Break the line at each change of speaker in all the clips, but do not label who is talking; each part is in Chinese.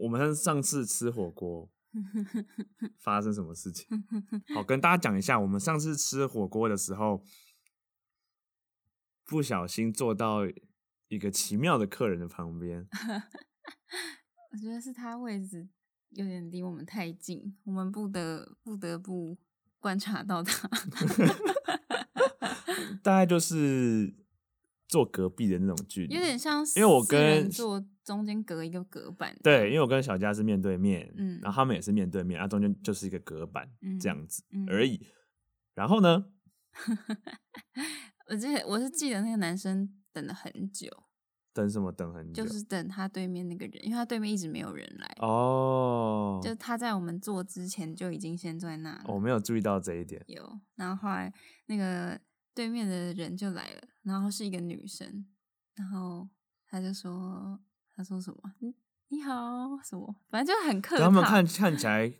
我们上次吃火 锅发生什么事情？好，跟大家讲一下，我们上次吃火锅的时候，不小心坐到一个奇妙的客人的旁 边。
我觉得是他位置有点离我们太近，我们不得不得不观察 到他。
大概就是坐隔壁的那种距离，
有点像，
因为我跟
坐中间隔一个隔板，
对，因为我跟小佳是面对面，
嗯
然后他们也是面对面，啊，中间就是一个隔板、
嗯
这样子
嗯
而已。然后呢，
我记得我是记得那个男生等了很久，
等什么等很久？
就是等他对面那个人，因为他对面一直没有人来，
哦，
就他在我们坐之前就已经先坐在那了。
我没有注意到这一点。
有，然后后来那个对面的人就来了，然后是一个女生，然后她就说，她说什么？你你好，什么？反正就很客套。
他们看看起来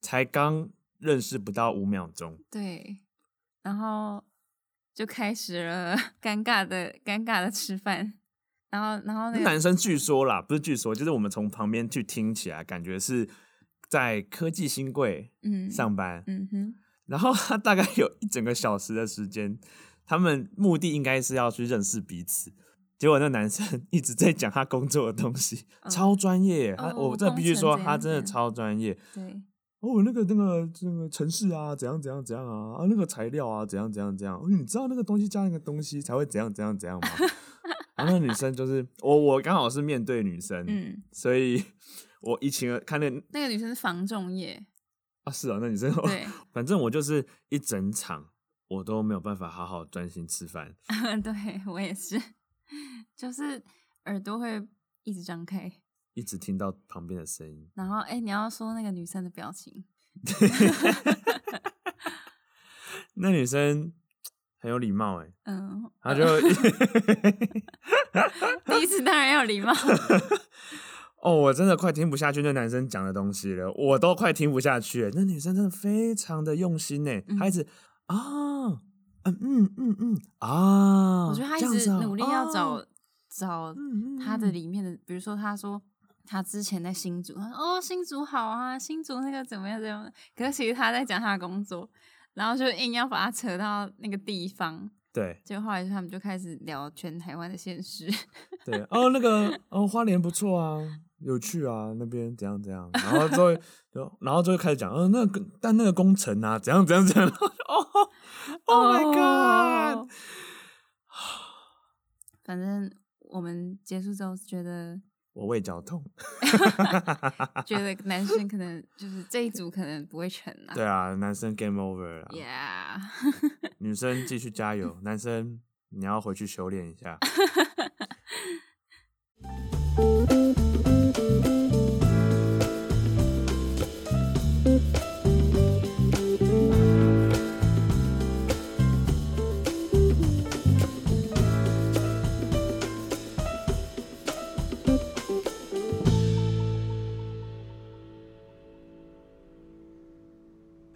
才刚认识不到五秒钟，
对，然后就开始了 尴尬的尴尬的吃饭，然后然后那个
男生据说啦，不是据说，就是我们从旁边去听起来，感觉是在科技新贵
嗯
上班，
嗯哼
然后他大概有一整个小时的时间，他们目的应该是要去认识彼此。结果那男生 一直在讲他工作的东西，
嗯
超专业耶。他、
哦
我这必须
工程
说，
怎
他
样
真的
怎样
超专业。
对
哦，那个那个那个城市啊，怎样怎样怎样啊，啊那个材料啊，怎样怎样怎样。哦你知道那个东西加那个东西才会怎样怎样怎样吗？然后那女生就是我，我刚好是面对女生，
嗯，
所以我一清二看那
那个女生是房仲业，
啊是啊，那女生哦
对
反正我就是一整场我都没有办法好好专心吃饭，
对我也是， 就是耳朵会一直张开。
一直听到旁边的声音。
然后，哎、你要说那个女生的表情，
那女生很有礼貌哎、
嗯，
她 就
第一次当然要礼貌，
哦，我真的快听不下去那男生讲的东西了，我都快听不下去了。那女生真的非常的用心哎、
嗯
她一直啊。嗯嗯嗯嗯啊！
我觉得她
这样
一直
子哦
努力要找、
哦
找
嗯嗯
她的
嗯
里面的，比如说她说她之前在新竹，她说哦新竹好啊，新竹那个怎么样怎么样，可是其实她在讲她的工作，然后就硬要把她扯到那个地方，
对
结果后来他们就开始聊全台湾的现实，
对哦，那个哦，花莲不错啊，有趣啊，那边怎样怎样，然后之后就然后就开始讲，嗯、呃，那个但那个工程啊，怎样怎样怎 样，然后就哦，Oh my god，、
哦反正我们结束之后觉得
我胃绞痛。
觉得男生可能就是这一组可能不会成啊。
对啊，男生 game over 了
Yeah，
女生继续加油，男生你要回去修炼一下。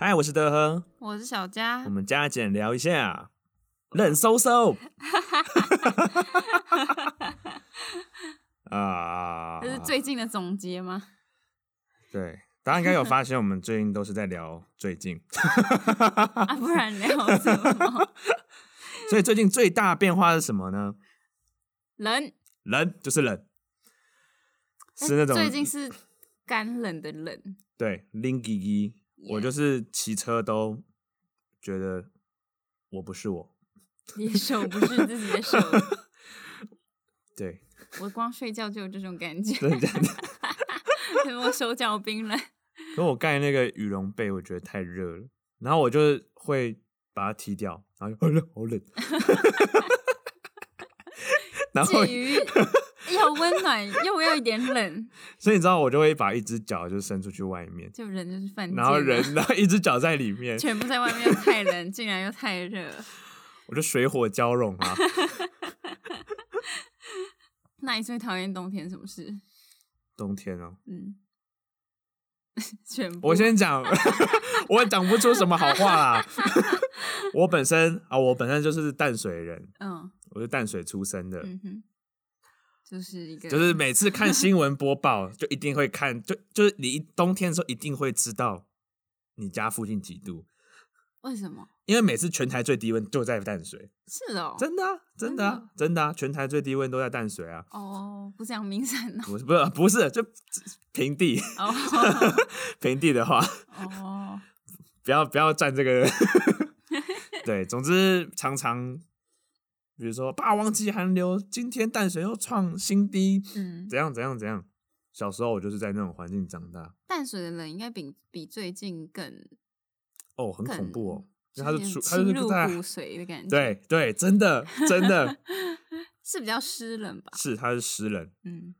嗨，我是德亨，
我是小佳
我，们加减聊一下，冷飕飕。啊，
这是最近的总结吗？
对，大家应该有发现，我们最近都是在聊最近，
啊，不然聊什么？
所以最近最大变化是什么呢？
冷，
冷就是冷，是那种
哎最近是干冷的冷，
对拎吉吉，我就是骑车都觉得我不是我，
也手不是自己的手。
对，
我光睡觉就有这种感觉，
真的假的。
我手脚冰冷。
可我盖那个羽绒被，我觉得太热了，然后我就会把它踢掉，然后就好 冷好冷， 然后
至于要温暖又要一点冷，
所以你知道我就会把一只脚就伸出去外面，
就人就是犯贱了。
然后人 然后一只脚在里面，
全部在外面又太冷，竟然又太热。
我就水火交融啊。
那你最讨厌冬天什么事？
冬天哦，
嗯， 全部。
我先讲，我讲不出什么好话啦。 我本身啊，我本身就是淡水人，
嗯
我是淡水出生的，
嗯哼，就是一个
就是每次看新闻播报，就一定会看，就就是你一冬天的时候一定会知道你家附近几度，
为什么
因为每次全台最低温就在淡水，
是哦？
真的、啊，真的、啊，真的、啊，全台最低温都在淡水啊，
哦，不是阳明山哦，
不是不是不是，就平地
哦
平地的话，
哦，
不要不要占这 个，对，总之常常。比如说霸王级寒流，今天淡水又创新低，
嗯，
怎样怎样怎样。小时候我就是在那种环境长大，
淡水的人应该比比最近更
哦，很恐怖哦，因
就
为它
有
是处，它
侵
是
入骨
在
髓的感觉，，
对对，真的真的
是比较湿冷吧？
是它是湿冷，
嗯，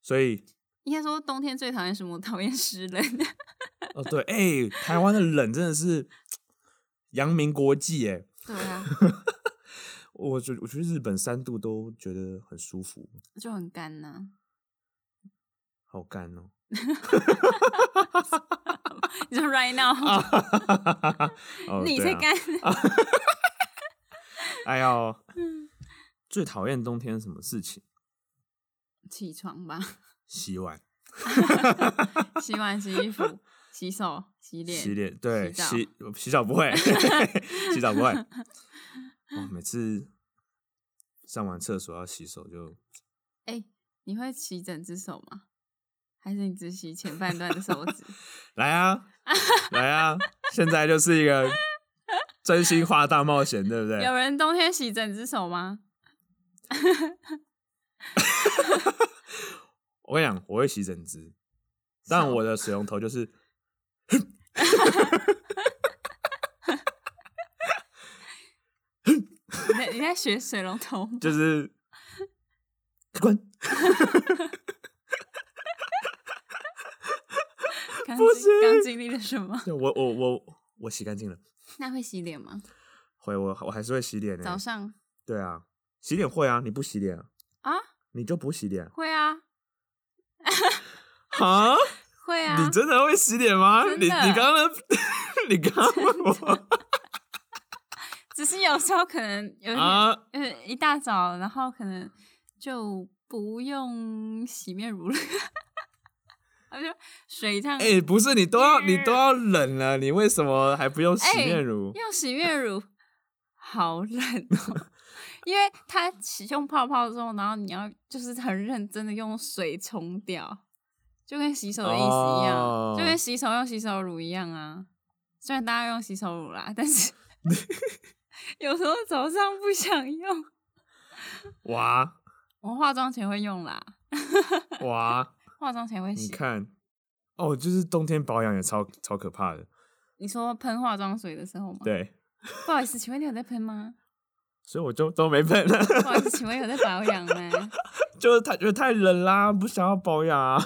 所以
应该说冬天最讨厌什么？我讨厌湿冷，
哦对，哎、台湾的冷真的是扬名国际哎，
对啊，
我觉我去日本三度都觉得很舒服，
就很干呐、
好干 哦。
你说 right now，、
哦
你
对
才
啊
干，
哎呦，
嗯
最讨厌冬天什么事情？
起床吧，
洗碗。
洗碗、洗衣服、洗手、洗脸、
洗脸，对，
洗澡
洗洗澡不会， 洗澡不 会。哇，每次上完厕所要洗手就
哎、你会洗整只手吗？还是你只洗前半段的手指？
来啊， 来啊！现在就是一个真心话大冒险，对不对
有？人冬天洗整只手吗？
我跟你讲，我会洗整只，但
手
我的水龙头就是
你在你在学水龙 头吗？
就是开关，
刚
不
经
是
刚经历了什么？
就我我我我洗干净了，
那会洗脸吗？
会我我还是会洗脸的、
早上
对啊，洗脸会啊，你不洗脸啊，
啊，
你就不洗 脸
会啊，
啊？
会啊，
你真的会洗脸吗？
真
你你
的
刚刚 你刚刚问 我
只是有时候可能有点，呃、
啊？
一大早，然后可能就不用洗面乳了， 我就水这样。
哎、不是，你都要你都要冷了，你为什么还不用洗
哎
面乳？
用洗面乳，好冷 哦，因为它洗用泡泡之后，然后你要就是很认真的用水冲掉，就跟洗手的意思一样，就
哦
跟洗手用洗手乳一样啊。虽然大家用洗手乳啦，但是有时候早上不想用，
哇
我化妆前会用啦，
哇，
化妆前会
你
洗。
看哦，就是冬天保养也超超可怕的。
你说喷化妆水的时候吗？
对，
不好意思，请问你有在喷吗？
所以我就都没喷，
不好意思，请问有在保养吗？
就是太就是太冷啦，不想要保养 啊，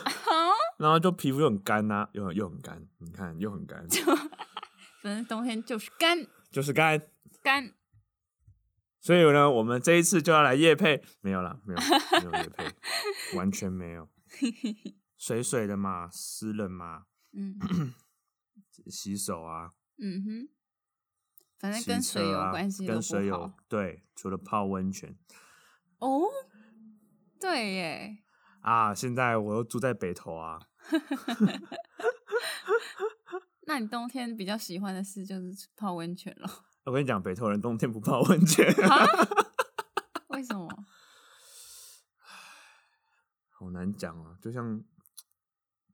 然后就皮肤又很干呐、又很又很干，你看又很 干，
反正冬天就是干
就是干。
干。
所以呢，我们这一次就要来夜配，没有啦，没有，没有夜配，完全没 有，水水的嘛，湿冷嘛，
嗯。
洗手啊，
嗯哼，反正
洗
跟
车
水有
啊
关系都
跟
不
水有
好
对，除了泡温泉
哦，对耶，
啊，现在我又住在北投啊，
那你冬天比较喜欢的事就是泡温泉 了？
我跟你讲，北投人冬天不泡温泉，
为什么？
好难讲啊，就像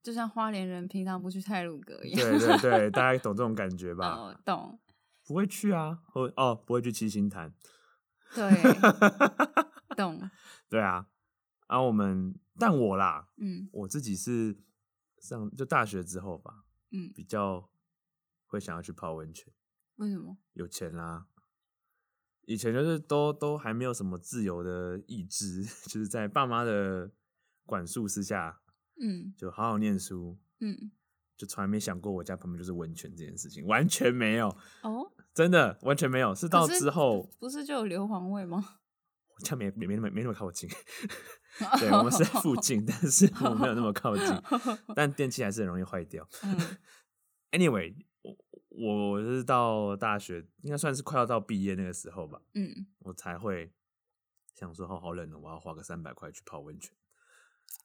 就像花莲人平常不去泰鲁阁一样。
对对对，大家懂这种感觉吧？
哦，懂，
不会去啊，或哦不会去七星潭，
对，懂，
对啊，啊我们但我啦，
嗯
我自己是上就大学之后吧，
嗯，
比较会想要去泡温泉，
为什么？
有钱啦。以前就是都都还没有什么自由的意志， 就是在爸妈的管束之下，
嗯
就好好念书，
嗯，
就从来没想过我家旁边就是温泉这件事情，完全没有，
哦，
真的完全没有。是到
可是
之后，
不是就有硫磺味吗？
我家没没没那么没那么靠近， 对我们是在附近，但是我没有那么靠近，但电器还是很容易坏掉。
嗯
Anyway，我我我是到大学，应该算是快要到毕业那个时候吧，
嗯
我才会想说哦好冷哦，我要花个三百块去泡温泉，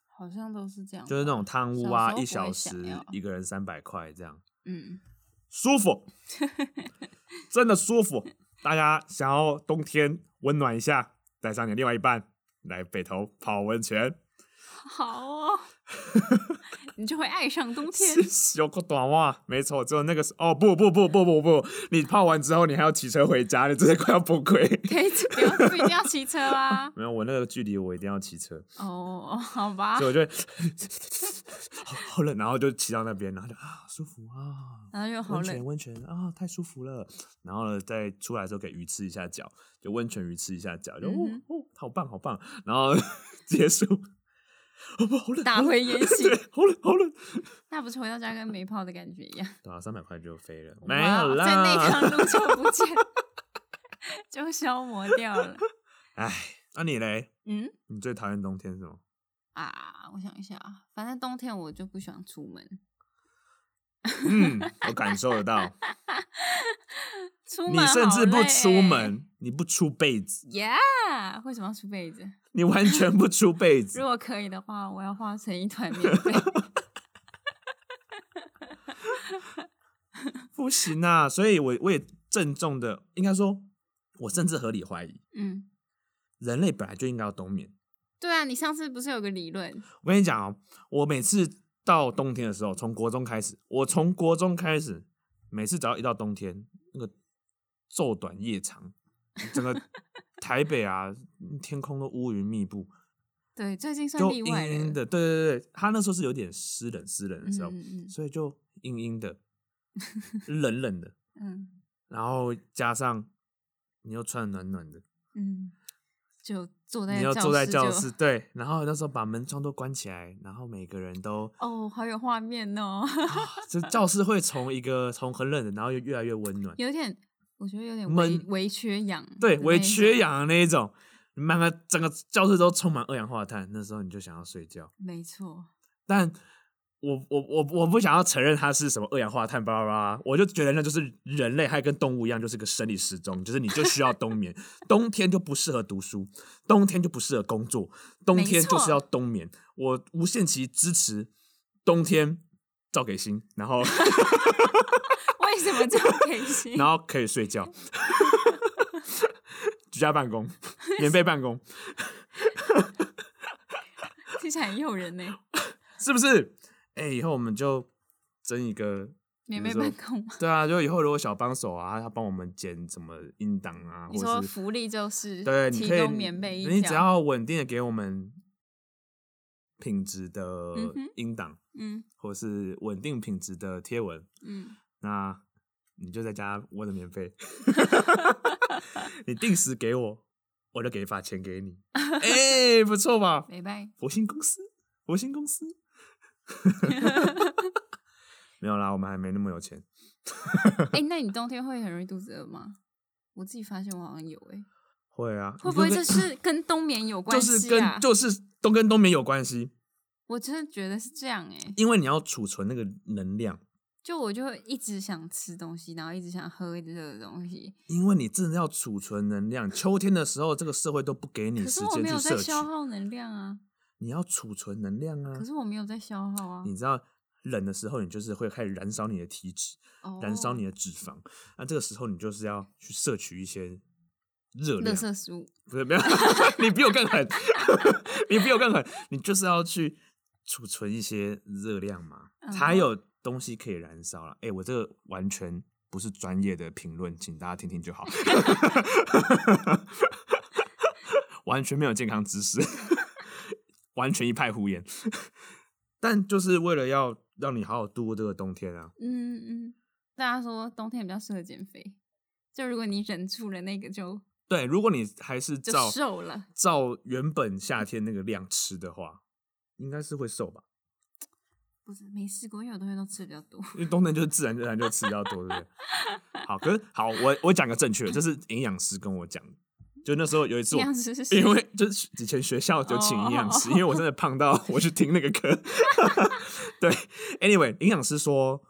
好像都是这样吧，
就是那种汤屋啊，
哦小时候
一小
不会想
时
要
一个人三百块这样，
嗯，
舒服，真的舒服。大家想要冬天温暖一下，带上你的另外一半来北投泡温泉，
好 哦，你就会爱上冬天。
有个短袜，没错，只有那个时哦不不不不不不，你泡完之后你还要骑车回家，你真的快要崩溃。。
可以不要不一定要骑车啊
没有，我那个距离我一定要骑车，
哦，好吧
所以，我就会 好好冷，然后就骑到那边，然后就啊舒服啊，
然后又好
温泉
冷，
温泉啊，太舒服了。然后呢，再出来的时候给鱼吃一下脚，就温泉鱼吃一下脚，就、
嗯
哦哦，好棒好棒。然后 结束，哦不，好冷，
打
好冷
回原 形
对，好冷好冷。
那不是回到家跟没泡的感觉一样。
对啊，三百块就飞了，
哇
没有
在那
啦。
条路就不见， 就消磨掉了。
哎，那、你嘞？
嗯
你最讨厌冬天是 什么？
啊，我想一下啊，反正冬天我就不喜欢出门，
嗯，我感受得 到，
出
你
门
甚至
好
不
累
出。门，你不出被子，
Yeah，为什么要出被子？
你完全不出被
如
子。
果可以的话，我要化成一团棉 被。
不行啊！所以我我也郑重的，应该说，我甚至合理怀疑，
嗯，
人类本来就应该要冬眠。
对啊，你上次不是有个理论？
我跟你讲哦，我每次到冬天的时候，从国中开始，我从国中开始，每次只要一到冬天，那个昼短夜长，整个 台北啊，天空都乌云密布，
对，最近算
就
例
阴
外了。
阴的。对对对，他那时候是有点湿冷湿冷的
嗯
时候，
嗯
所以就阴阴的，冷冷的，
嗯
然后加上你又穿得暖暖的，
嗯，就坐在
你要
教
坐在教
就
室，对，然后那时候把门窗都关起来，然后每个人 都。
哦，好有画面哦，
这教室会从一个从很冷的，然后又越来越温暖，
有点，我觉得有点微
闷
微缺氧，
对，微缺，氧的那一种，满个整个教室都充满二氧化碳，那时候你就想要睡觉，
没错，
但我我我我不想要承认它是什么二氧化碳，巴拉巴拉，我就觉得那就是人类还跟动物一样，就是个生理时钟，就是你就需要冬眠，冬天就不适合读书，冬天就不适合工作，冬
没
天就是
错
要冬眠，我无限期支持冬天照给薪，然 后
为什么 这么开心？
然后可以睡 觉，居家办公，免费办公，
听起来很诱人呢，
是不是？哎、以后我们就争一 个，
免费
比如
办
说
公吗，
对啊，就以后如果小帮手啊，他帮我们剪什么音档啊，
你说
或是
福利就是
对，你
提
可以
供棉被一条，
你只要稳定的给我们品质的
嗯哼
音档，
嗯
或是稳定品质的贴文，
嗯，
那你就在家窝着免费， 你定时给我，我就给把钱给你。哎、不错吧？
没拜，
佛心公司，佛心公司， 没有啦，我们还没那么有钱。
哎，那你冬天会很容易肚子饿吗？我自己发现我好像有哎，
会啊，
会不会
就
这
跟
是跟冬 眠有关
就是
系啊
跟？就是都跟冬眠有关系？
我真的觉得是这样哎，
因为你要储存那个能量，
就我就会一直想吃东西，然后一直想喝热的东西，
因为你真的要储存能量。秋天的时候，这个社会都不给你
可
时
是我
间
没
去
有在
摄取，
消耗能量啊，
你要储存能量啊
可。是我没有在消耗啊，
你知道冷的时候，你就是会开始燃烧你的体脂，燃烧
哦
你的脂肪。那这个时候，你就是要去摄取一些热
垃
量。
圾食物，
不是没有， 你比我更狠，你比我更狠，你就是要去储存一些热量嘛，才
嗯
有东西可以燃烧了。哎、我这个完全不是专业的评论，请大家听听就 好，完全没有健康知识，完全一派胡言。但就是为了要让你好好度过这个冬天啊，
嗯嗯，大家说冬天比较适合减肥，就如果你忍住了那个就
对，如果你还是
就
照
瘦了，
照原本夏天那个量吃的话，应该是会瘦吧。
不是没试过，因为我东西都吃的比较多，
因为冬天就是自然而然就吃比较多，对不对？好，可是好，我我讲个正确的，这是营养师跟我讲的。就那时候有一次
这
我，
样子是
因为就是以前学校有请营养师，
哦
因为我真的胖到我去听那个课。 对，anyway，营养师说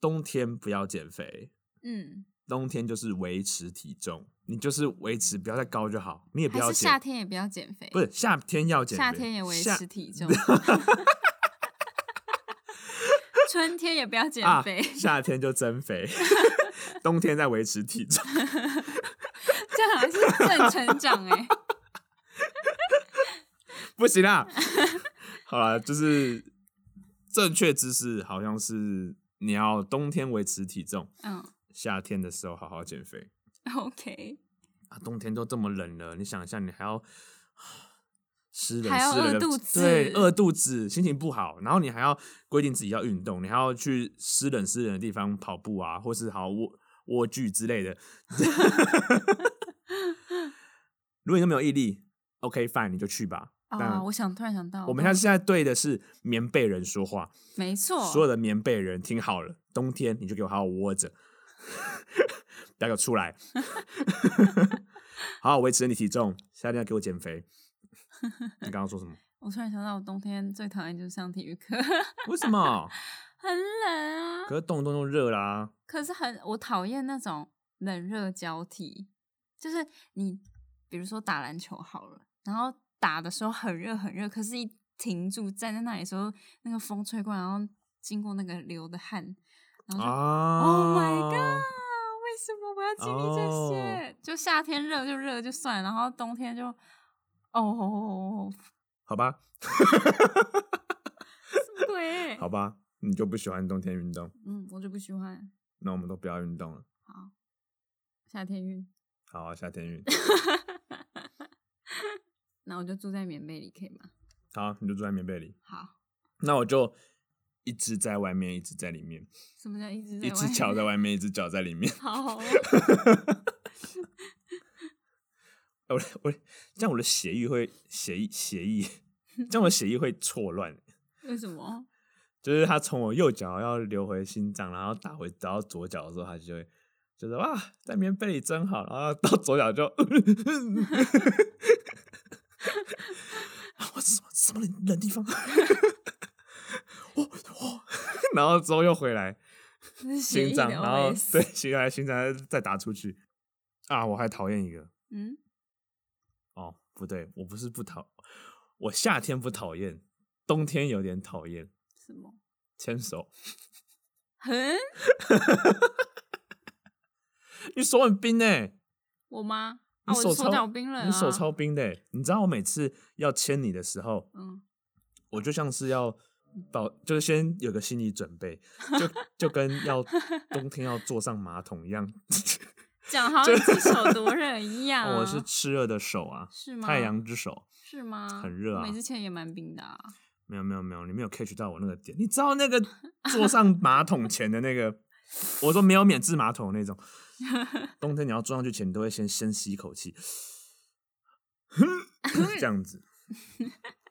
冬天不要减肥，
嗯
冬天就是维持体重，你就是维持不要再高就好，你也不
还
要
是夏
减，
天也不要减肥，
不是夏天要减肥，
夏天也维
夏
持体 重，春天也不要减
啊
肥，，
夏天就增 肥，冬天再维持体重。
这样还是正成长 哎、
不行啦。 好啦，就是正确姿势好像是你要冬天维持体重，
嗯
夏天的时候好好减肥
，OK，
啊。冬天都这么冷了，你想一下，你还要 湿冷，
还要
湿冷
饿
的
肚子
对，饿肚子，心情不好，然后你还要规定自己要运动，你还要去湿冷湿冷的地方跑步啊，或是好卧卧具之类的。 如果你都没有毅力，OK fine，你就去吧。但
啊，我想突然想到，
我们现在现在对的是棉被人说话，
没错，
所有的棉被人听好了，冬天你就给我好好窝着， 不要给我出来， 好好维持你体重，夏天要给我减肥。你刚刚说什么？
我突然想到，我冬天最讨厌就是上体育课，
为什么？
很冷啊。
可是动一动就热啦、
可是很，我讨厌那种冷热交替，就是你比如说打篮球好了，然后打的时候很热很热，可是一停住站在那里的时候，那个风吹过来，然后经过那个流的汗，然后就、
啊
Oh my god！为什么我要经历这些
哦
就夏天热就热就算了，然后冬天就哦，
好吧，
什么鬼？
好吧，你就不喜欢冬天运动，
嗯，我就不喜欢
那我们都不要运动了。
夏天晕。
好、啊，夏天运，
那我就住在棉被里，可以吗？
好，你就住在棉被里，
好，
那我就一直在外面，一直在里面。
什么叫一直在
一只
外
脚
面
在外面，一只脚在里面。
好，哦
我我这样我的血液会血液血液，这样我的血液会错乱。
为什么？
就是它从我右脚要流回心脏，然后打回打到左脚的时候，它就会就是哇，在棉被里真好，然后到左脚就，啊我什么什么冷冷地方， 我我，然后之后又回来，
这是协
心
议
脏，
的
然后
OS
对，，心来心脏再打出去啊！我还讨厌一个
嗯，
哦，不对，我不是不讨，我夏天不讨厌，冬天有点讨厌
什么？
牵手，
很
你手很冰呢、
我吗？啊，
你
我的
手
手
超
脚冰冷啊，
你手超冰的欸、你知道我每次要牵你的时候，
嗯，
我就像是要保，就是先有个心理准备，就就跟 要冬天要坐上马桶一样，
讲好像自己手多热一样啊。
哦我是吃热的手啊，
是吗？
太阳之手。
是吗？
很热
我
啊
每次前也蛮冰的啊。
没有没有没有，你没有 catch 到我那个点。你知道那个坐上马桶前的那个，我说没有免治马桶那种，冬天你要坐上去前，你都会先深吸一口气， 这样子。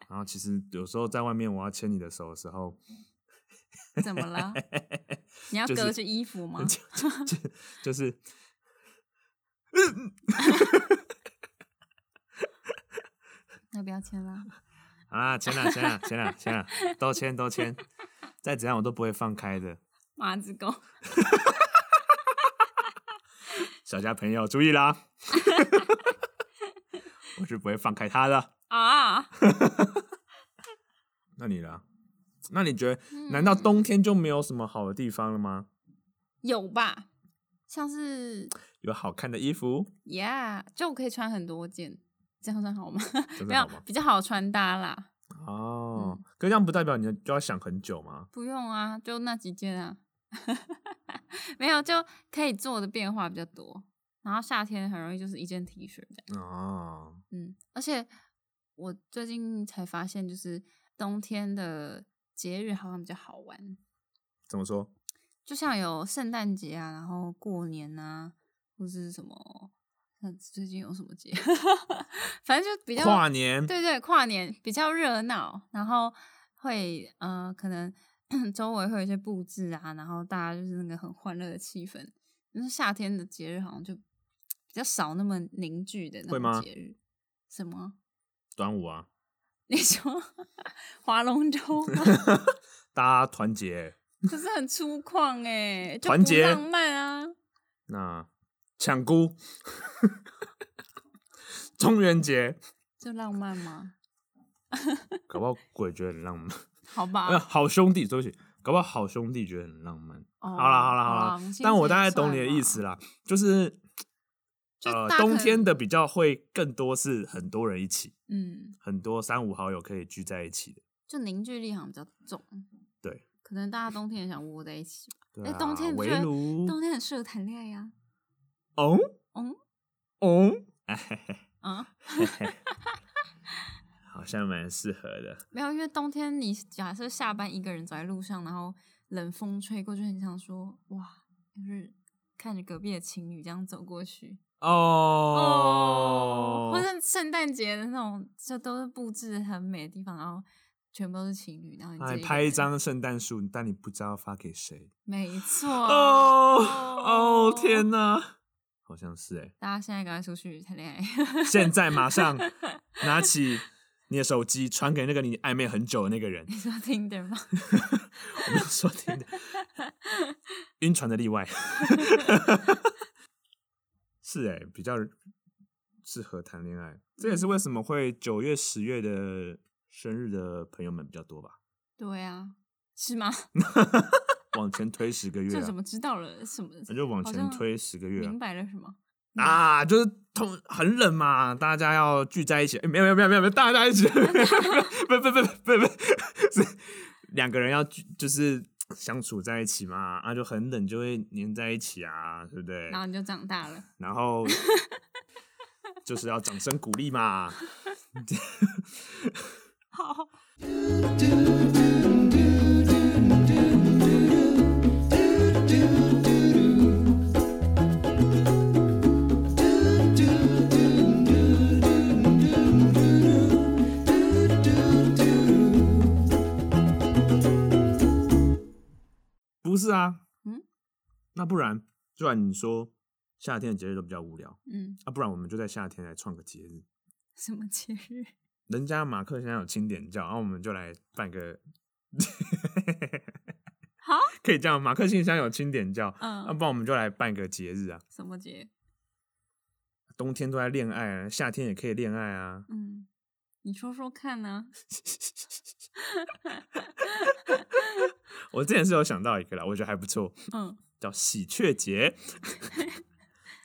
然后其实有时候在外面我要牵你的手的时候，
怎么了？你要
就是
隔着衣服吗？
就就就是，
那不要签了。
好啦，啊牵啦牵啦牵啦牵啦，都牵都牵，再怎样我都不会放开的。
马子狗，
小家朋友注意啦，我是不会放开他的。
啊，
那你啦？那你觉得，难
嗯
道冬天就没有什么好的地方了吗？
有吧？像是
有好看的衣服，
Yeah，就我可以穿很多件，这样算好吗？
真
没
的
有
好吗？
比较好穿搭啦，
哦，
嗯
可这样不代表你就要想很久吗？
不用啊，就那几件啊， 没有就可以做的变化比较多。然后夏天很容易就是一件 T 恤这样，
哦，
嗯，而且我最近才发现，就是冬天的节日好像比较好玩，
怎么说？
就像有圣诞节啊，然后过年啊，或是什么，那最近有什么节？ 反正就比较
跨年，
对对，跨年比较热闹，然后会呃，可能 周围会有一些布置啊，然后大家就是那个很欢乐的气氛。但是夏天的节日好像就比较少那么凝聚的
会
那
吗
种节日。什么？
端午啊，
你说划龙舟吗？
大家团结，
可是很粗犷哎、就
团
不
结
浪漫啊。
那抢菇，中元节，
这浪漫吗？
搞不好鬼觉得很浪漫。
好
呃，
吧，
好兄弟，对不起，搞不好好兄弟觉得很浪漫。
哦
好啦好啦
好
啦
啦，母亲
但我
节
大概
算
懂你的意
啦
思啦，就是
就
呃
大，家可
冬
能
天的比较会更多是很多人一起，
嗯，
很多三五好友可以聚在一起的。
就凝聚力好像比较重，
对，
可能大家冬天也想窝在一起吧。
对
哎
啊，
冬天不觉
围
得
炉，
冬天很适合谈恋爱呀、
哦
嗯
哦，哎嘿嘿
嗯，
好像蛮适合的。
没有，因为冬天你假设下班一个人走在路上，然后冷风吹过，就很想说哇，就是看着隔壁的情侣这样走过去
哦
哦或者圣诞节的那种，这都是布置得很美的地方，然后全部都是情侣，然后你自
哎，
己个
拍一
人，
张圣诞树，但你不知道发给谁。
没 错，
哦哦，天哪，好像是哎、
大家现在赶快出去谈恋爱，
现在马上拿起你的手机，传给那个你暧昧很久的那个人。
你说听点吗？
我没有说听的，晕船的例外。是哎、比较适合谈恋爱，这也是为什么会九月、十月的生日的朋友们比较多吧？
对啊，是吗？
往前推十个月、
这
啊
怎，么知道了什么？
那就往
好
前
像
推十个月啊
明。白了什么？
啊，就是同很冷嘛，大家要聚在一起。诶哎没有没有没有没有，大家一起， 不不不不不，是两个人要聚，就是相处在一起嘛，啊就很冷就会黏在一起啊，对不对？
然后你就长大了，
然 后就是要掌声鼓励嘛。
好，
不是啊，
嗯，
那不然，就然你说夏天的节日都比较无聊，
嗯，
啊，不然我们就在夏天来创个节日。
什么节日？
人家马克现在有清点教，然后我们就来办个，
好，
可以这样。马克信箱有清点教，
嗯
要、不然我们就来办个节日啊。
什么节？
冬天都在恋爱啊，夏天也可以恋爱啊。
嗯，你说说 看呢、
我之前是有想到一个啦，我觉得还不错，
嗯，
叫喜鹊 节，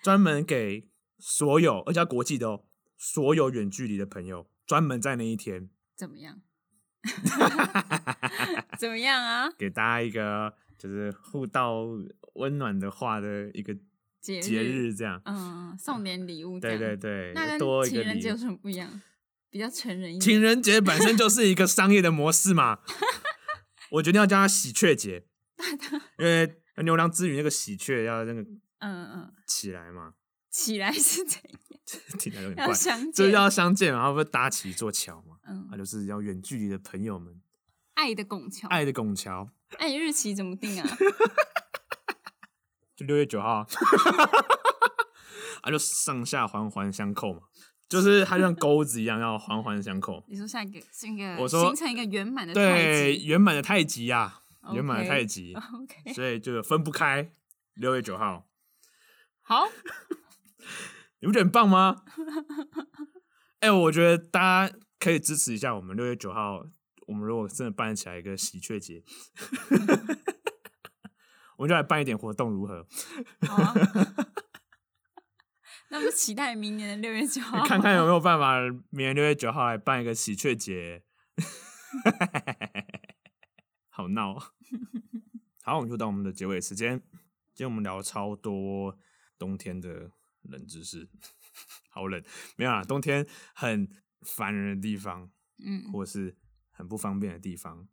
专门给所有，而且要国际的哦，所有远距离的朋友，专门在那一天
怎 么样？怎么样啊？
给大家一个就是互道温暖的话的一个
节
节
日
日，这样。
嗯，送点礼物这
对
样。
对对，
那
多
跟
一个
情人
礼
节有
物
什么不一样？比较成人一点。
情人节本身就是一个商业的模式 嘛，我决定要叫它喜鹊节，因为牛郎织女那个喜鹊要那个
嗯嗯，
起来嘛，
起来 是怎样？
听起来有点
要
怪，
相见，
就是要相见嘛，然后不是搭起一座桥嘛，
嗯
那，就是要远距离的朋友们
爱的拱桥。
爱的拱桥，
哎，日期怎么定啊？
就六月九号 啊，啊就上下环环相扣嘛，就是它就像钩子一样要环环相扣，
你说下一个是一个，
我说
形成一个圆满的 太
对，
极
圆满的太极呀、啊，
OK
圆满的太极
OK，
所以就分不开。六月九号，
好，
你不觉得很棒吗？哎、我觉得大家可以支持一下我们六月九号，我们如果真的办起来一个喜鹊节， 我们就来办一点活动，如何？
好啊。 那么期待明年的六月九号，
看看有没有办法，明年六月九号来办一个喜鹊节， 好闹哦。好，我们就到我们的结尾时间。今天我们聊超多冬天的冷知识， 好冷，没有啦，冬天很烦人的地方，
嗯，
或是很不方便的地方，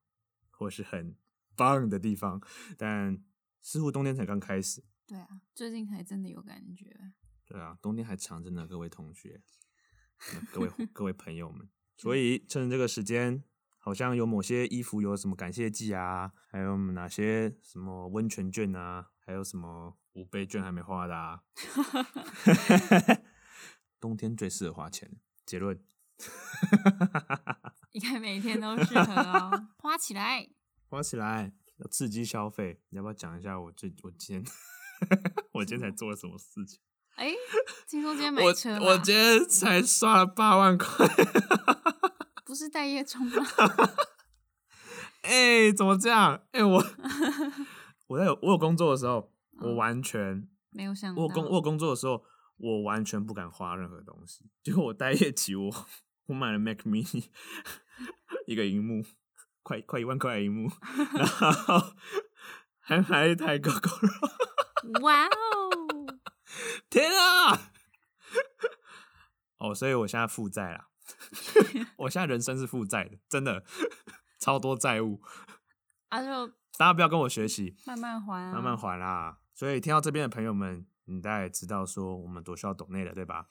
或是很棒的地方，但似乎冬天才刚开始。
对啊，最近才真的有感觉，
对啊，冬天还长着呢，各位同学，呃各 位各位朋友们。
嗯
所以趁着这个时间，好像有某些衣服有什么感谢季啊，还有哪些什么温泉券啊，还有什么五倍券还没花的 啊。冬天最适合花钱，结论。
应该每天都适合哦，花起来。
花起来要 刺激消费，你要不要讲一下我最我今天我今天才做了什么事情？
哎、听说今天买
我
车
我
啦
今天才刷了八万块，
不是待业中吗？
哎、怎么这样？哎、我我在有我有工作的时候，我完全
没有想到，
我有工我有工作的时候，我完全不敢花任何东西。结果我待业期，我我买了 Mac Mini 一个荧幕，快快一万块的荧幕，然后还买了一台 GoGo
哇哦，
天啊！哦，所以我现在负债啦，我现在人生是负债的，真的超多债务。
啊就
大家不要跟我学习，
慢慢还、啊，
慢慢还啦。所以听到这边的朋友们，你大概也知道说我们多需要懂内了，对吧？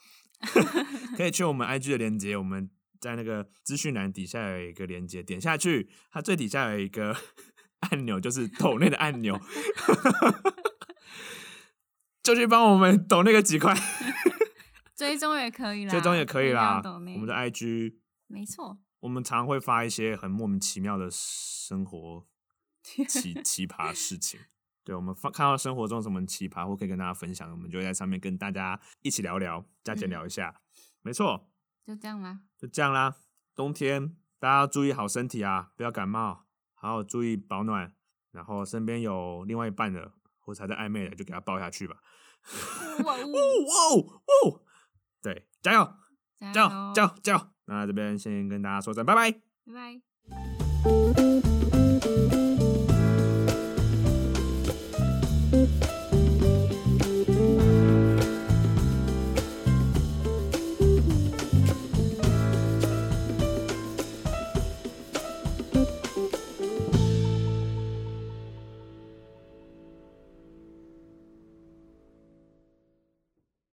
可以去我们 IG 的链接，我们在那个资讯栏底下有一个链接，点下去，它最底下有一个 按钮，就是抖内的按钮，就去帮我们抖那个几块，
追踪也可以啦，
最终也可以啦。我
我
们的 IG，
没错，
我们常会发一些很莫名其妙的生 活
啊
奇奇葩事情。对，我们发看到生活中什么奇葩，或可以跟大家分享，我们就会在上面跟大家一起聊聊，加减
嗯
聊一下。没错，
就这样啦。
就这样啦。冬天大家要注意好身体啊，不要感冒，还有注意保暖。然后身边有另外一半的，或者还在暧昧的，就给他抱下去吧。
哇
哦
哦，
哦哦！对，加油，
加
加
油
油，加油，加油！那这边先跟大家说声拜拜。
拜拜。